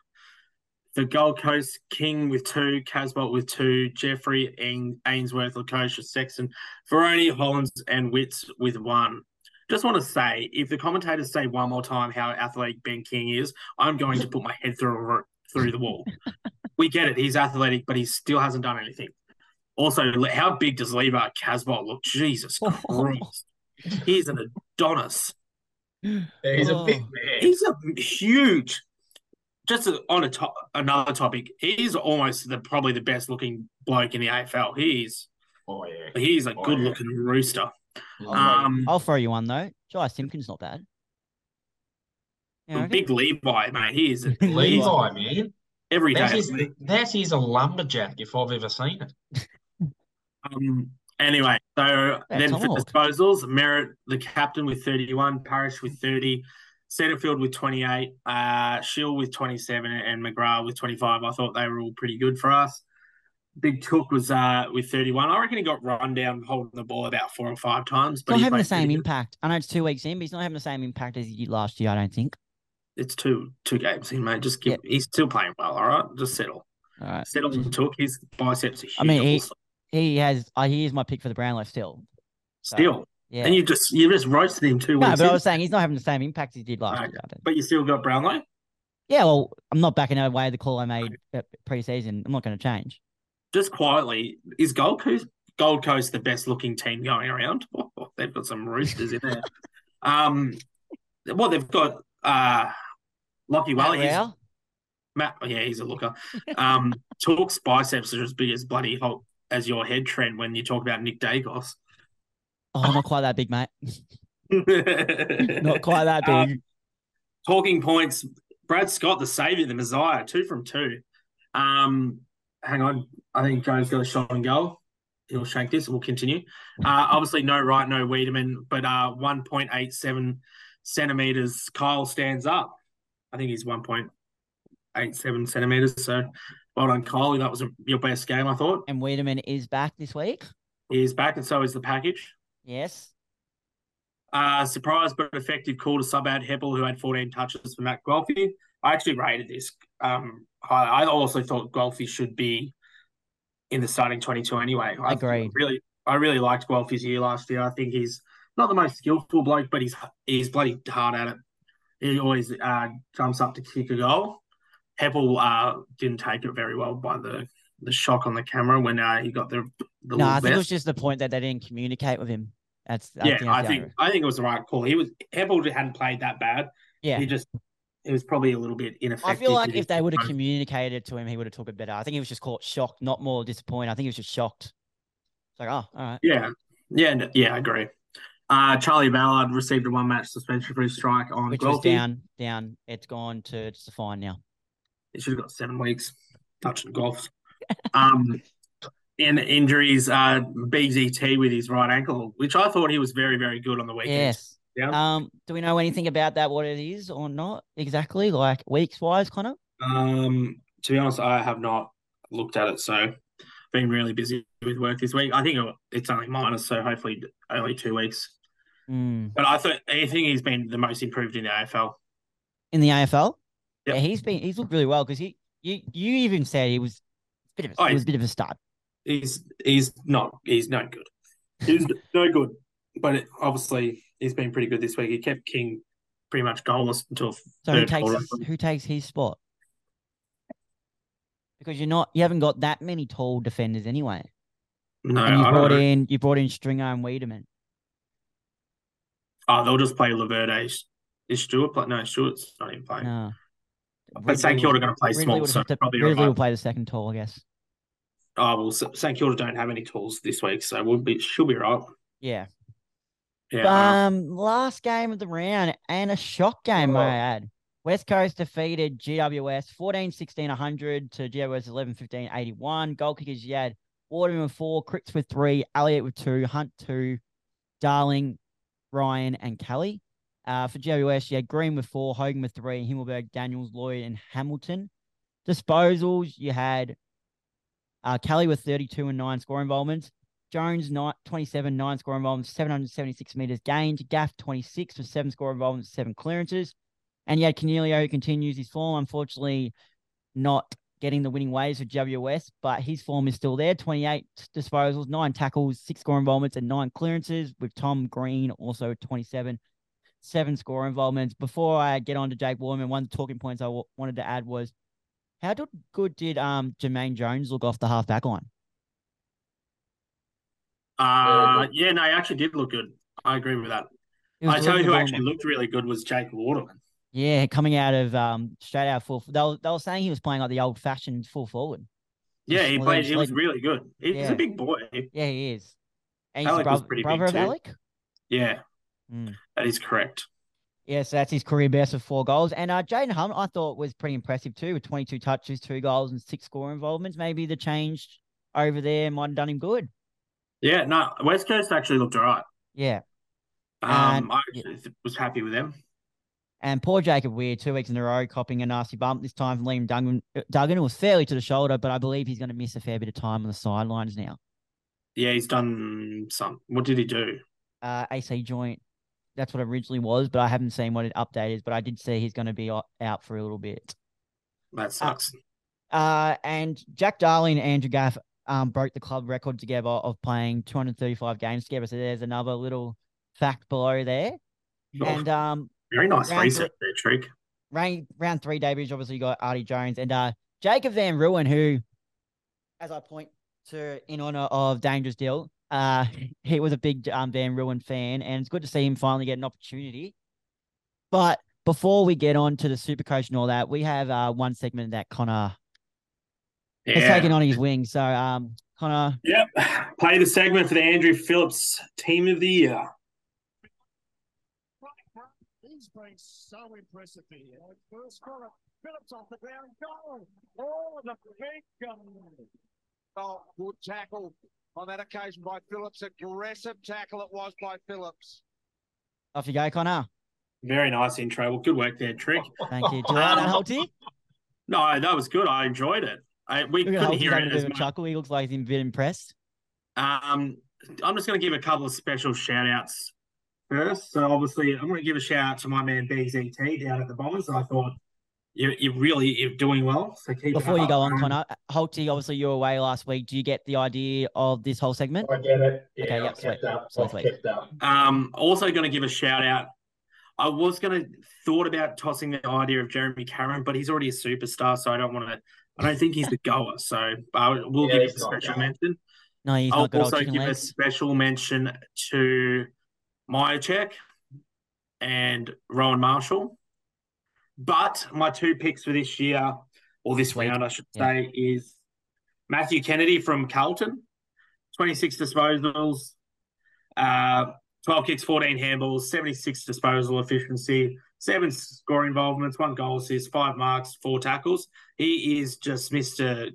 The Gold Coast King with two, Casbolt with two, Jeffrey, Ain- Ainsworth, Lacosha, Sexton, Veroni, Hollins, and Witts with one. Just want to say, if the commentators say one more time how athletic Ben King is, I'm going to put my head through a ro- through the wall. we get it; he's athletic, but he still hasn't done anything. Also, le- how big does Levi Casbolt look? Jesus Christ. He's an Adonis. He's a big Oh. man. He's a huge. Just a- on a to- another topic, he's almost the probably the best looking bloke in the AFL. He is. Oh yeah. He's a Oh, good yeah. looking rooster. Oh, Um, I'll throw you one though. Jai Simpkins not bad. You know, big Levi, mate. He is Big he's Levi, man. every That day. is that is a lumberjack if I've ever seen it. Um, anyway, so Yeah, then for talk. disposals, Merritt, the captain, with 31, Parrish with 30, Setterfield with 28, uh, Shield with 27, and McGrath with 25. I thought they were all pretty good for us. Big Took was uh, with 31. I reckon he got run down holding the ball about four or five times. It's But not he having the played pretty same good. impact. I know it's two weeks in, but he's not having the same impact as he did last year. I don't think. It's two two games in, mate. Just give. He's still playing well. All right, just settle. All right. Settle and Took. His biceps are huge. I mean, he- also. He has. I he is my pick for the Brownlow still. so, still, Yeah. and you just you just roasted him two no, weeks. but I in, was saying he's not having the same impact he did last Okay. year. I don't- but you still got Brownlow. Yeah. Well, I'm not backing away the call I made at preseason. I'm not going to change. just quietly, is Gold Coast Gold Coast the best looking team going around? Oh, they've got some roosters in there. Um, well, they've got uh, Lockie Matt Wally. Oh, He's, Rao? Matt, yeah, he's a looker. Um, Talk's biceps are as big as bloody Hulk as your head trend when you talk about Nick Dagos. Oh, I'm not quite that big, mate. not quite that big. Um, Talking points. Brad Scott, the savior, the Messiah, two from two. Um, hang on, I think Joe's got a shot on goal. He'll shank this. We'll continue. Uh, obviously, no right, no Wiedemann, but uh, one point eight seven centimeters. Kyle stands up. I think he's one point eight seven centimeters. So, well done, Kyle. That was your best game, I thought. and Wiedemann is back this week. He is back, and so is the package. Yes. Uh, surprise but effective call to sub out Heppel, who had 14 touches for Matt Guelphy. I actually rated this um, high. I also thought Guelphy should be in the starting 22 anyway. I Agreed. Really, I really liked Guelphy's year last year. I think he's not the most skillful bloke, but he's he's bloody hard at it. He always uh, jumps up to kick a goal. Heppel uh, didn't take it very well by the, the shock on the camera when uh, he got the No, the little I think it vest. was just the point that they didn't communicate with him. That's Yeah, that's I the think only- I think it was the right call. He was Heppel hadn't played that bad. Yeah, He just it was probably a little bit I ineffective. feel like He if they would have didn't- communicated it to him, he would have took it better. I think he was just caught shocked, not more disappointed. I think he was just shocked. It's like, oh, all right. yeah, yeah, no- yeah, I agree. Uh, Charlie Ballard received a one match suspension for his strike on Which was Guelphy. down, down. It's gone to just a fine now. He should have got seven weeks touching golf. Um, and injuries, uh, BZT with his right ankle, which I thought he was very, very good on the weekend. Yes. Yeah. Um, do we know anything about that, what it is or not exactly? Like weeks wise, Connor? Um, to be honest, I have not looked at it, so been really busy with work this week. I think it- it's only minus, so hopefully only two weeks. Hmm. But I thought I think he's been the most improved in the AFL. In the AFL? Yep. Yeah, he's been he's looked really well because he you you even said he was a bit of a, Oh, he he's- was a bit of a stud. He's he's not he's no good. He's no good. But it, obviously he's been pretty good this week. He kept King pretty much goalless until So who third takes quarter. his, who takes his spot? because you're not you haven't got that many tall defenders anyway. No, and you I brought don't know. in you brought in Stringer and Wiedemann. Oh, they'll just play Laverde. Is- Is Stewart play? No, Stewart's not even playing. No. But St Kilda are going to play Ridley small, would've so had to- probably Ridley right. will play the second tall, I guess. Oh well, S- St Kilda don't have any tools this week, so we'll be she'll be right. Yeah. Yeah, uh, Um, last game of the round and a shock game, I Oh. add. West Coast defeated GWS 14 16 100 to GWS 11 15 81. Goal kickers, you had Waterman with four, Cricks with three, Elliott with two, Hunt two, Darling, Ryan, and Kelly. Uh, for GWS, you had Green with four, Hogan with three, Himmelberg, Daniels, Lloyd, and Hamilton. Disposals, you had uh, Kelly with 32 and nine score involvements. Jones, nine, 27, nine score involvements, 776 meters gained. Gaff, 26 with seven score involvements, seven clearances. And you had Canelio, who continues his form, unfortunately not getting the winning ways for WS, but his form is still there 28 disposals, nine tackles, six score involvements, and nine clearances, with Tom Green also at 27, seven score involvements. Before I get on to Jake Warman, one of the talking points I w- wanted to add was how did, good did um, Jermaine Jones look off the half back line? uh, yeah, no, he actually did look good. I agree with that. He was I tell delivering you who the ball actually well. looked really good was Jake Waterman. Yeah, coming out of um straight out of full. They were, they were saying he was playing like the old fashioned full forward. Yeah, he Well, played. they He was played- really good. He's Yeah. a big boy. Yeah, he is. And he's the Alec was brother, pretty big brother of too. Alec. Yeah, Mm. that is correct. Yeah, so that's his career best of four goals. And uh, Jaden Hunt, I thought was pretty impressive too, with 22 touches, two goals, and six score involvements. Maybe the change over there might have done him good. Yeah, no, West Coast actually looked alright. Yeah. Um, I Uh, yeah. actually th- was happy with them. And poor Jacob Weir, two weeks in a row, copping a nasty bump. This time from Liam Duggan. uh, Duggan it was fairly to the shoulder, but I believe he's going to miss a fair bit of time on the sidelines now. Yeah, he's done some. What did he do? uh, AC joint. That's what it originally was, but I haven't seen what it update is. But I did see he's going to be o- out for a little bit. That sucks. Uh, and Jack Darling and Andrew Gaff um, broke the club record together of playing 235 games together. So there's another little fact below there. Oh, And um, very nice round research there, Trick. round, round three debuts, obviously, you got Artie Jones and uh, Jacob Van Ruin, who, as I point to in honor of Dangerous Deal, uh, he was a big um, Van Ruin fan, and it's good to see him finally get an opportunity. But before we get on to the super coach and all that, we have uh, one segment that Connor has Yeah. taken on his wing. So, um, Connor, Yep. Play the segment for the Andrew Phillips Team of the Year. Right now, he's been so impressive here. First corner, Phillips off the ground, goal! Oh, the big goal! Oh, good tackle on that occasion by Phillips. Aggressive tackle it was by Phillips. off you go, Connor. Very nice intro. Well, good work there, Trick. Thank you. Do you like that, Holty? No, that was good. I enjoyed it. I, we Look at couldn't Holty's hear having a it bit as of a much. chuckle. He looks like he's a bit impressed. Um, I'm just going to give a couple of special shout outs first. So, obviously, I'm going to give a shout out to my man BZT down at the Bombers. I thought you, you really you're doing well. So keep it Before you up. go on, Um, Connor, Holty, obviously you were away last week. Do you get the idea of this whole segment? I get it. Yeah, Okay, I've yep, kept sweet. up. Sweet, I've sweet. kept up. Um, also going to give a shout out. I was going to thought about tossing the idea of Jeremy Cameron, but he's already a superstar, so I don't want to. I don't think he's the goer, so uh, we'll Yeah, give he's him a not special going. mention. No, he's I'll not good old also chicken give a legs. special mention to Myercheck and Rowan Marshall. But my two picks for this year, or this Sweet. round, I should Yeah. say, is Matthew Kennedy from Carlton, 26 disposals, uh, 12 kicks, 14 handballs, 76 disposal efficiency, seven score involvements, one goal assist, five marks, four tackles. He is just Mr.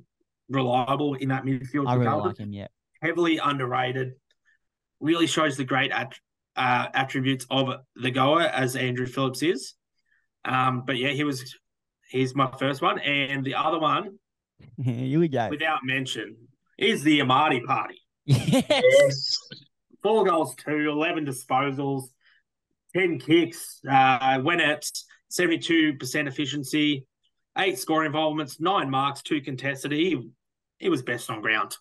Reliable in that midfield. I for really Carlton like him. Yeah, heavily underrated. Really shows the great at, uh, attributes of the goer as Andrew Phillips is. Um, but yeah, he was. He's my first one, and the other one, here we go. without mention, is the Amati party. Yes. Yes. Four goals, two, 11 disposals, ten kicks. Uh, went at seventy-two percent efficiency, eight score involvements, nine marks, two contested. He he was best on ground.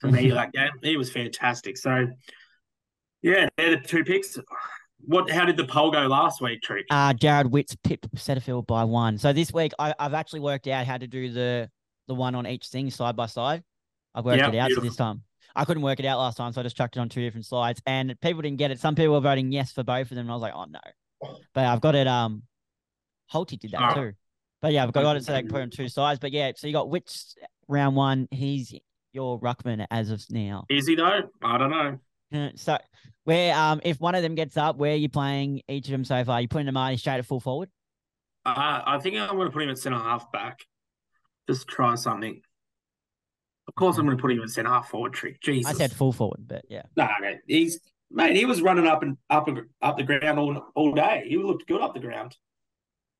for me that game. He was fantastic. So, yeah, they're the two picks. What? How did the poll go last week, Trick? Uh, Jared Witts pipped Setterfield by one. So this week, I, I've actually worked out how to do the the one on each thing side by side. I worked Yeah, it out so beautiful. this time. I couldn't work it out last time, so I just chucked it on two different slides, and people didn't get it. Some people were voting yes for both of them, and I was like, oh no. But I've got it. Um, Holty did that Ah. too. But yeah, I've got, got it so they can put it Okay. on two sides. But yeah, so you got which round one? He's your ruckman as of now. Is he though? I don't know. Uh, So where um if one of them gets up, where you're playing each of them so far, you putting Amani straight at full forward. Uh, I think I'm going to put him at centre half back. Just try something. Of course, I'm going to put him at centre half forward. Trick. Jesus. I said full forward, but yeah. Nah, mate, he's mate. He was running up and up and up the ground all all day. He looked good up the ground.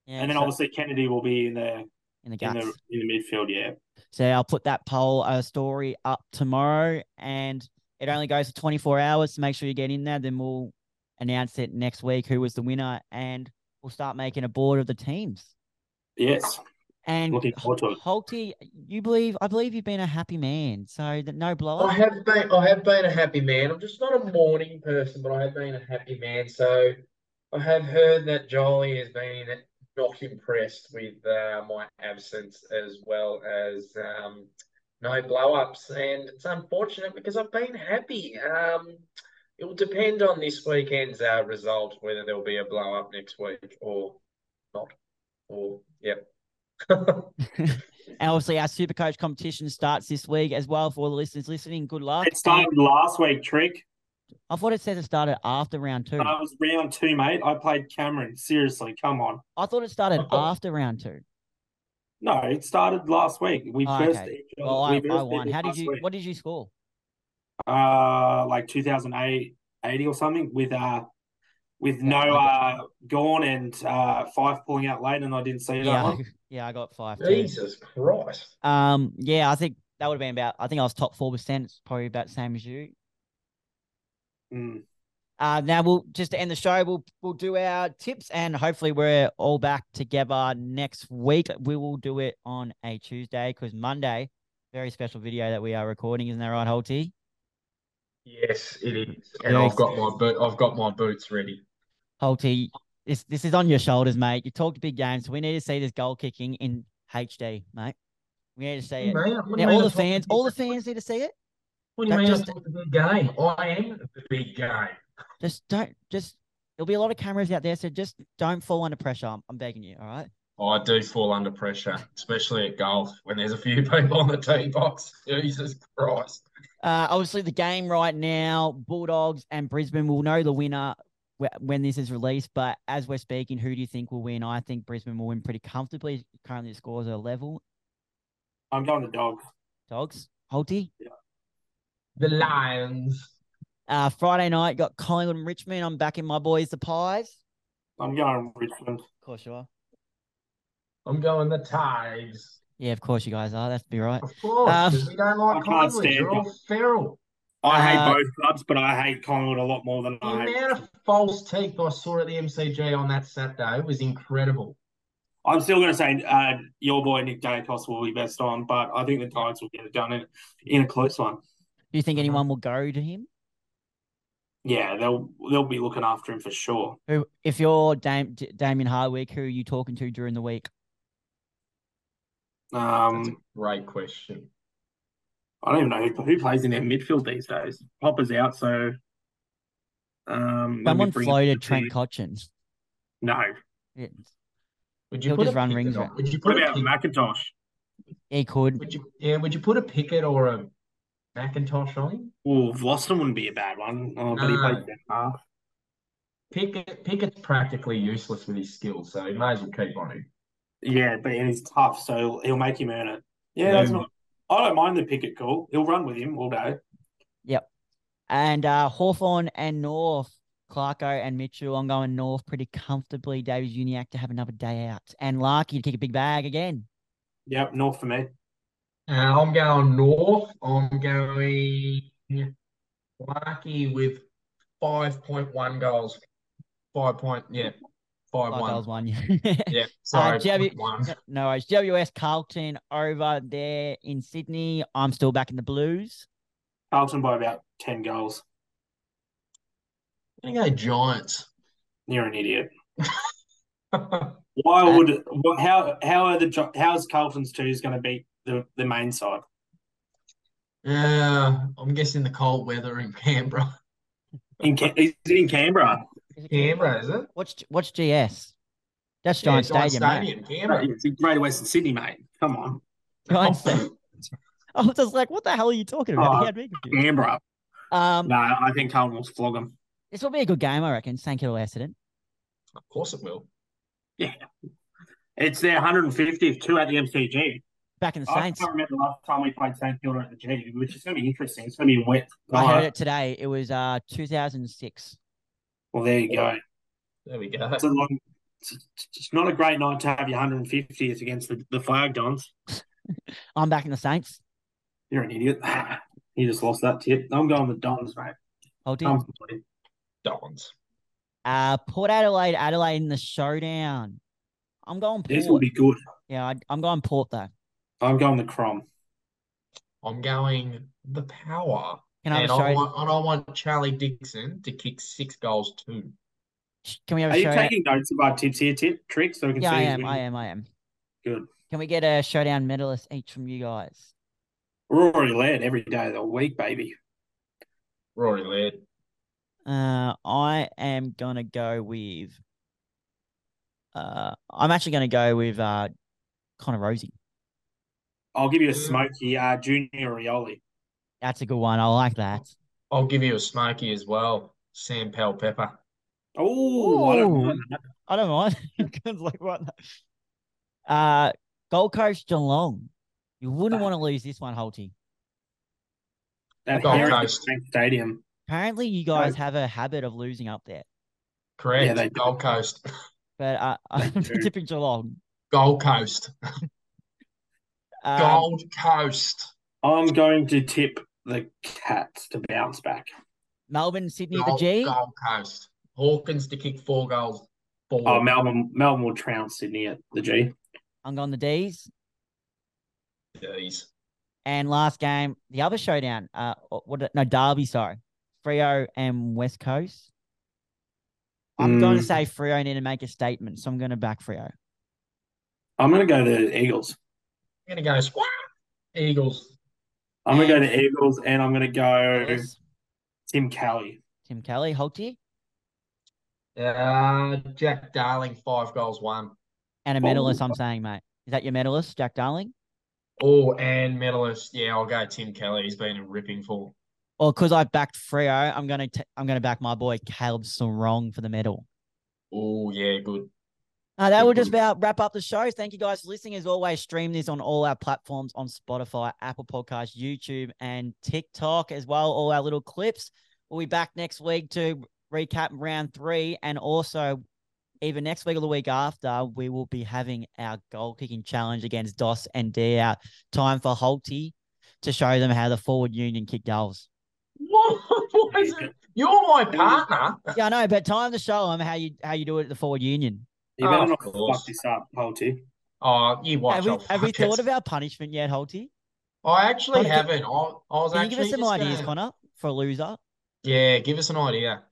yeah and then so obviously Kennedy will be in the in the in guts. the in the midfield. Yeah. So I'll put that poll uh, story up tomorrow, and it only goes for 24 hours. So make sure you get in there. Then we'll announce it next week who was the winner, and we'll start making a board of the teams. Yes. And Looking forward to it. Holty, you believe I believe you've been a happy man, so that no Oh, blow I up. have been I have been a happy man. I'm just not a morning person, but I have been a happy man. So I have heard that Jolie has been not impressed with uh, my absence as well as um, no blow ups. And it's unfortunate because I've been happy. Um, it will depend on this weekend's uh, result whether there will be a blow up next week or not. Or, yep. And obviously, our super coach competition starts this week as well. For all the listeners listening, good luck. It started last week. Trick. I thought it says it started after round two. I was round two, mate. I played Cameron. Seriously, come on. I thought it started Oh. after round two. No, it started last week. We Oh, first. okay. each other- Well, we I, versed I each won. other How did last you? week. What did you score? Uh, like 2008, 80 or something with uh. With no Yeah, I uh, Gorn and uh, Fife pulling out late, and I didn't see that Yeah, one. I- yeah, I got five. too. Jesus Christ. Um, yeah, I think that would have been about. I think I was top four percent. It's probably about the same as you. Mm. Uh, now we'll just to end the show. We'll we'll do our tips, and hopefully we're all back together next week. We will do it on a Tuesday because Monday, very special video that we are recording, isn't that right, Holty? Yes, it is. And Yes. I've got my boot I've got my boots ready. Holty, this this is on your shoulders, mate. You talked big game, so we need to see this goal kicking in HD, mate. We need to see it. Man, what do you Now, mean all I'm the talking fans, big all the game? fans need to see it. What do you that mean I'm just- talking big game? I am the big game. Just don't. Just there'll be a lot of cameras out there, so just don't fall under pressure. I'm, I'm begging you. All right. I do fall under pressure, especially at golf when there's a few people on the tee box. Jesus Christ. Uh, obviously, the game right now, Bulldogs and Brisbane will know the winner wh- when this is released. But as we're speaking, who do you think will win? I think Brisbane will win pretty comfortably. Currently, the scores are level. I'm going to dog. Dogs, Holty. The Lions. Uh, Friday night got Collingwood and Richmond. I'm backing my boys, the Pies. I'm going Richmond. Of course you are. I'm going the Tigers. Yeah, of course you guys are. That's be right. Of course, Um, 'cause we don't I like can't Collingwood. stand You're all feral. I hate Uh, both clubs, but I hate Collingwood a lot more than The I hate. amount of false teeth I saw at the MCG on that Saturday was incredible. I'm still going to say uh, your boy Nick Dacos will be best on, but I think the Tides will get it done in, in a close one. Do you think Mhm. anyone will go to him? Yeah, they'll they'll be looking after him for sure. Who, if you're Dam- D- Damien Hardwick, who are you talking to during the week? That's a Um, great question. I don't even know who, who plays in their midfield these days. Popper's out, so um, let me Someone bring up floated the Trent team. Cotchin. No, Yeah, Would you He'll put just a run picket rings on- around. Would you put what a about picket- McIntosh? he could. Would you, yeah, would you put a picket or a Macintosh on him? Oh, Vlosten wouldn't be a bad one, oh, but he No. plays centre half. Pickett, Pickett's practically useless with his skills, so he may as well keep on him. Yeah, but and he's tough, so he'll, he'll make him earn it. Yeah, that's Yeah. not. I don't mind the picket call. He'll run with him all day. And uh Hawthorne and North, Clarko and Mitchell. I'm going North pretty comfortably. Davies Uniac to have another day out. And Larky to kick a big bag again. Yep, north for me. Uh, I'm going north. I'm going Lucky with 5.1 goals. 5 point, yeah, 5 Five 1. goals Uh, one. Yeah, sorry, Jebby- one. No- no worries. WS Carlton over there in Sydney. I'm still back in the blues. Carlton by about 10 goals. I'm going to go Giants. Uh, You're an idiot. I Why would wh- how how are the Gi- how's Carlton's twos going to beat the, the main side. Uh, I'm guessing the cold weather in Canberra. In Ca- he's in Canberra. Is it Canberra, is it? What's what's GS? That's Yeah, Giant Giant Stadium. mate. Stadium, Yeah, Canberra. It's in Greater Western Sydney, mate. Come on, Giant Stadium. I was just like, what the hell are you talking about? Oh, He had me confused. Canberra. Um, No, I think Carlton will flog them. this will be a good game, I reckon. St Kilda Essendon. Of course it will. It's their 150th two at the MCG. Back in the I Saints. can't remember the last time we played St Kilda at the G, which is going to be interesting. It's going to be a wet. I heard night. it today. It was uh 2006. Well, there you go. There we go. It's, a long, it's, it's not a great night to have your 150th against the, the flag dons. I'm back in the Saints. You're an idiot. You just lost that tip. I'm going with Dons, mate. Hold on. Comfortably. Dons. Uh, Port Adelaide, Adelaide in the showdown. I'm going This will Port. be good. Yeah, I, I'm going Port though. I'm going the Crom. I'm going the power. Can I have and, a I showdown? want, and I want Charlie Dixon to kick six goals too. Can we have Are a you showdown? taking notes of our tips here, Tip Trick, so we can Yeah, see I who's am. I winning? am. I am. Good. Can we get a showdown medalist each from you guys? Rory Laird every day of the week, baby. Rory Laird. Uh, I am gonna go with. Uh, I'm actually gonna go with uh, Connor Rosie. I'll give you a Mm. smoky uh, Junior Rioli. That's a good one. I like that. I'll give you a smoky as well. Sam Pell Pepper. Oh, I don't Ooh. mind that. I don't mind. It's like what? the- Uh, Gold Coast Geelong. You wouldn't want to lose this one, Holty. That Gold Heritage Coast. Bank Stadium. Apparently, you guys have a habit of losing up there, Correct. Yeah, they do. Gold Coast. but uh, I'm do. tipping Geelong. Gold Coast. Um, Gold Coast. I'm going to tip the Cats to bounce back. Melbourne, Sydney, the Gold, G. Gold Coast. Hawkins to kick four goals. Four. Oh, Melbourne, Melbourne will trounce Sydney at the G. I'm going the D's. Jeez. And last game, the other showdown. Uh, or- what? No, Derby. Sorry, Frio and West Coast. I'm going to Mm. say Frio need to make a statement, so I'm going to back Frio. I'm going to go the Eagles. I'm going to go squawk. Eagles. I'm going to go the Eagles, and I'm going to go Yes. Tim Kelly. Tim Kelly, Holtier, Uh, Jack Darling, five goals, one. and a Oh. medalist. I'm saying, mate, is that your medalist, Jack Darling? Oh, and medalist. Yeah, I'll go Tim Kelly. He's been a ripping for. Or because I backed Frio, I'm going to I'm going to back my boy Caleb Sarong for the medal. Oh, yeah, good. Uh, that will Good, just about wrap up the show. Thank you guys for listening. As always, stream this on all our platforms on Spotify, Apple Podcasts, YouTube, and TikTok as well. All our little clips. We'll be back next week to recap round three. And also, either next week or the week after, we will be having our goal kicking challenge against DOS and DL. Time for Holty to show them how the forward union kick goals. What, what is it? You're my partner. Yeah, I know, but time to show them how you how you do it at the forward union. You Oh, better of not course. fuck this up, Holty. Oh, you watch. Have we, I'll have we fuck it. thought of our punishment yet, Holty? I actually Connor, can- haven't. I, I was Can you actually give us some just uh, ideas, gonna- Connor, for a loser? Yeah, give us an idea,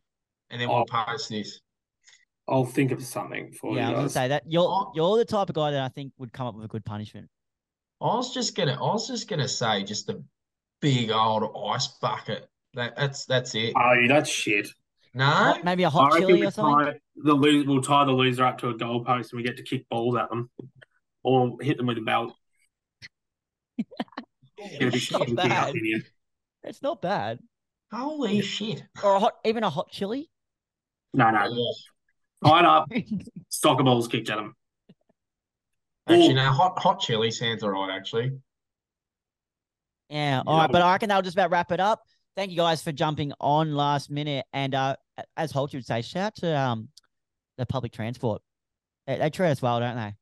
and then Oh. we'll post this. I'll think of something for yeah, I was you gonna guys. say that you're Oh. you're the type of guy that I think would come up with a good punishment. I was just gonna, I was just gonna say, just a big old ice bucket. That, that's that's it. Oh, you that's shit. No, Hot- maybe a I hot reckon chili we or something. tie the lose. We'll tie the loser up to a goalpost, and we get to kick balls at them, or hit them with a belt. Get a big Not kicking up bad. in here. It's not bad. holy shit! Or a hot, even a hot chili. No, no, tied up. That's Soccer balls kicked at them. Actually, Ooh. no, hot hot chili sounds all right. Actually, Yeah. All right. But I reckon that'll just about wrap it up. Thank you guys for jumping on last minute. And uh, a- as Holt would say, shout out to um the public transport. They, they treat us well, don't they?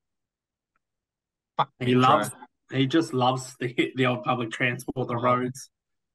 fuck He me, loves. Joe. He just loves the the old public transport, the roads.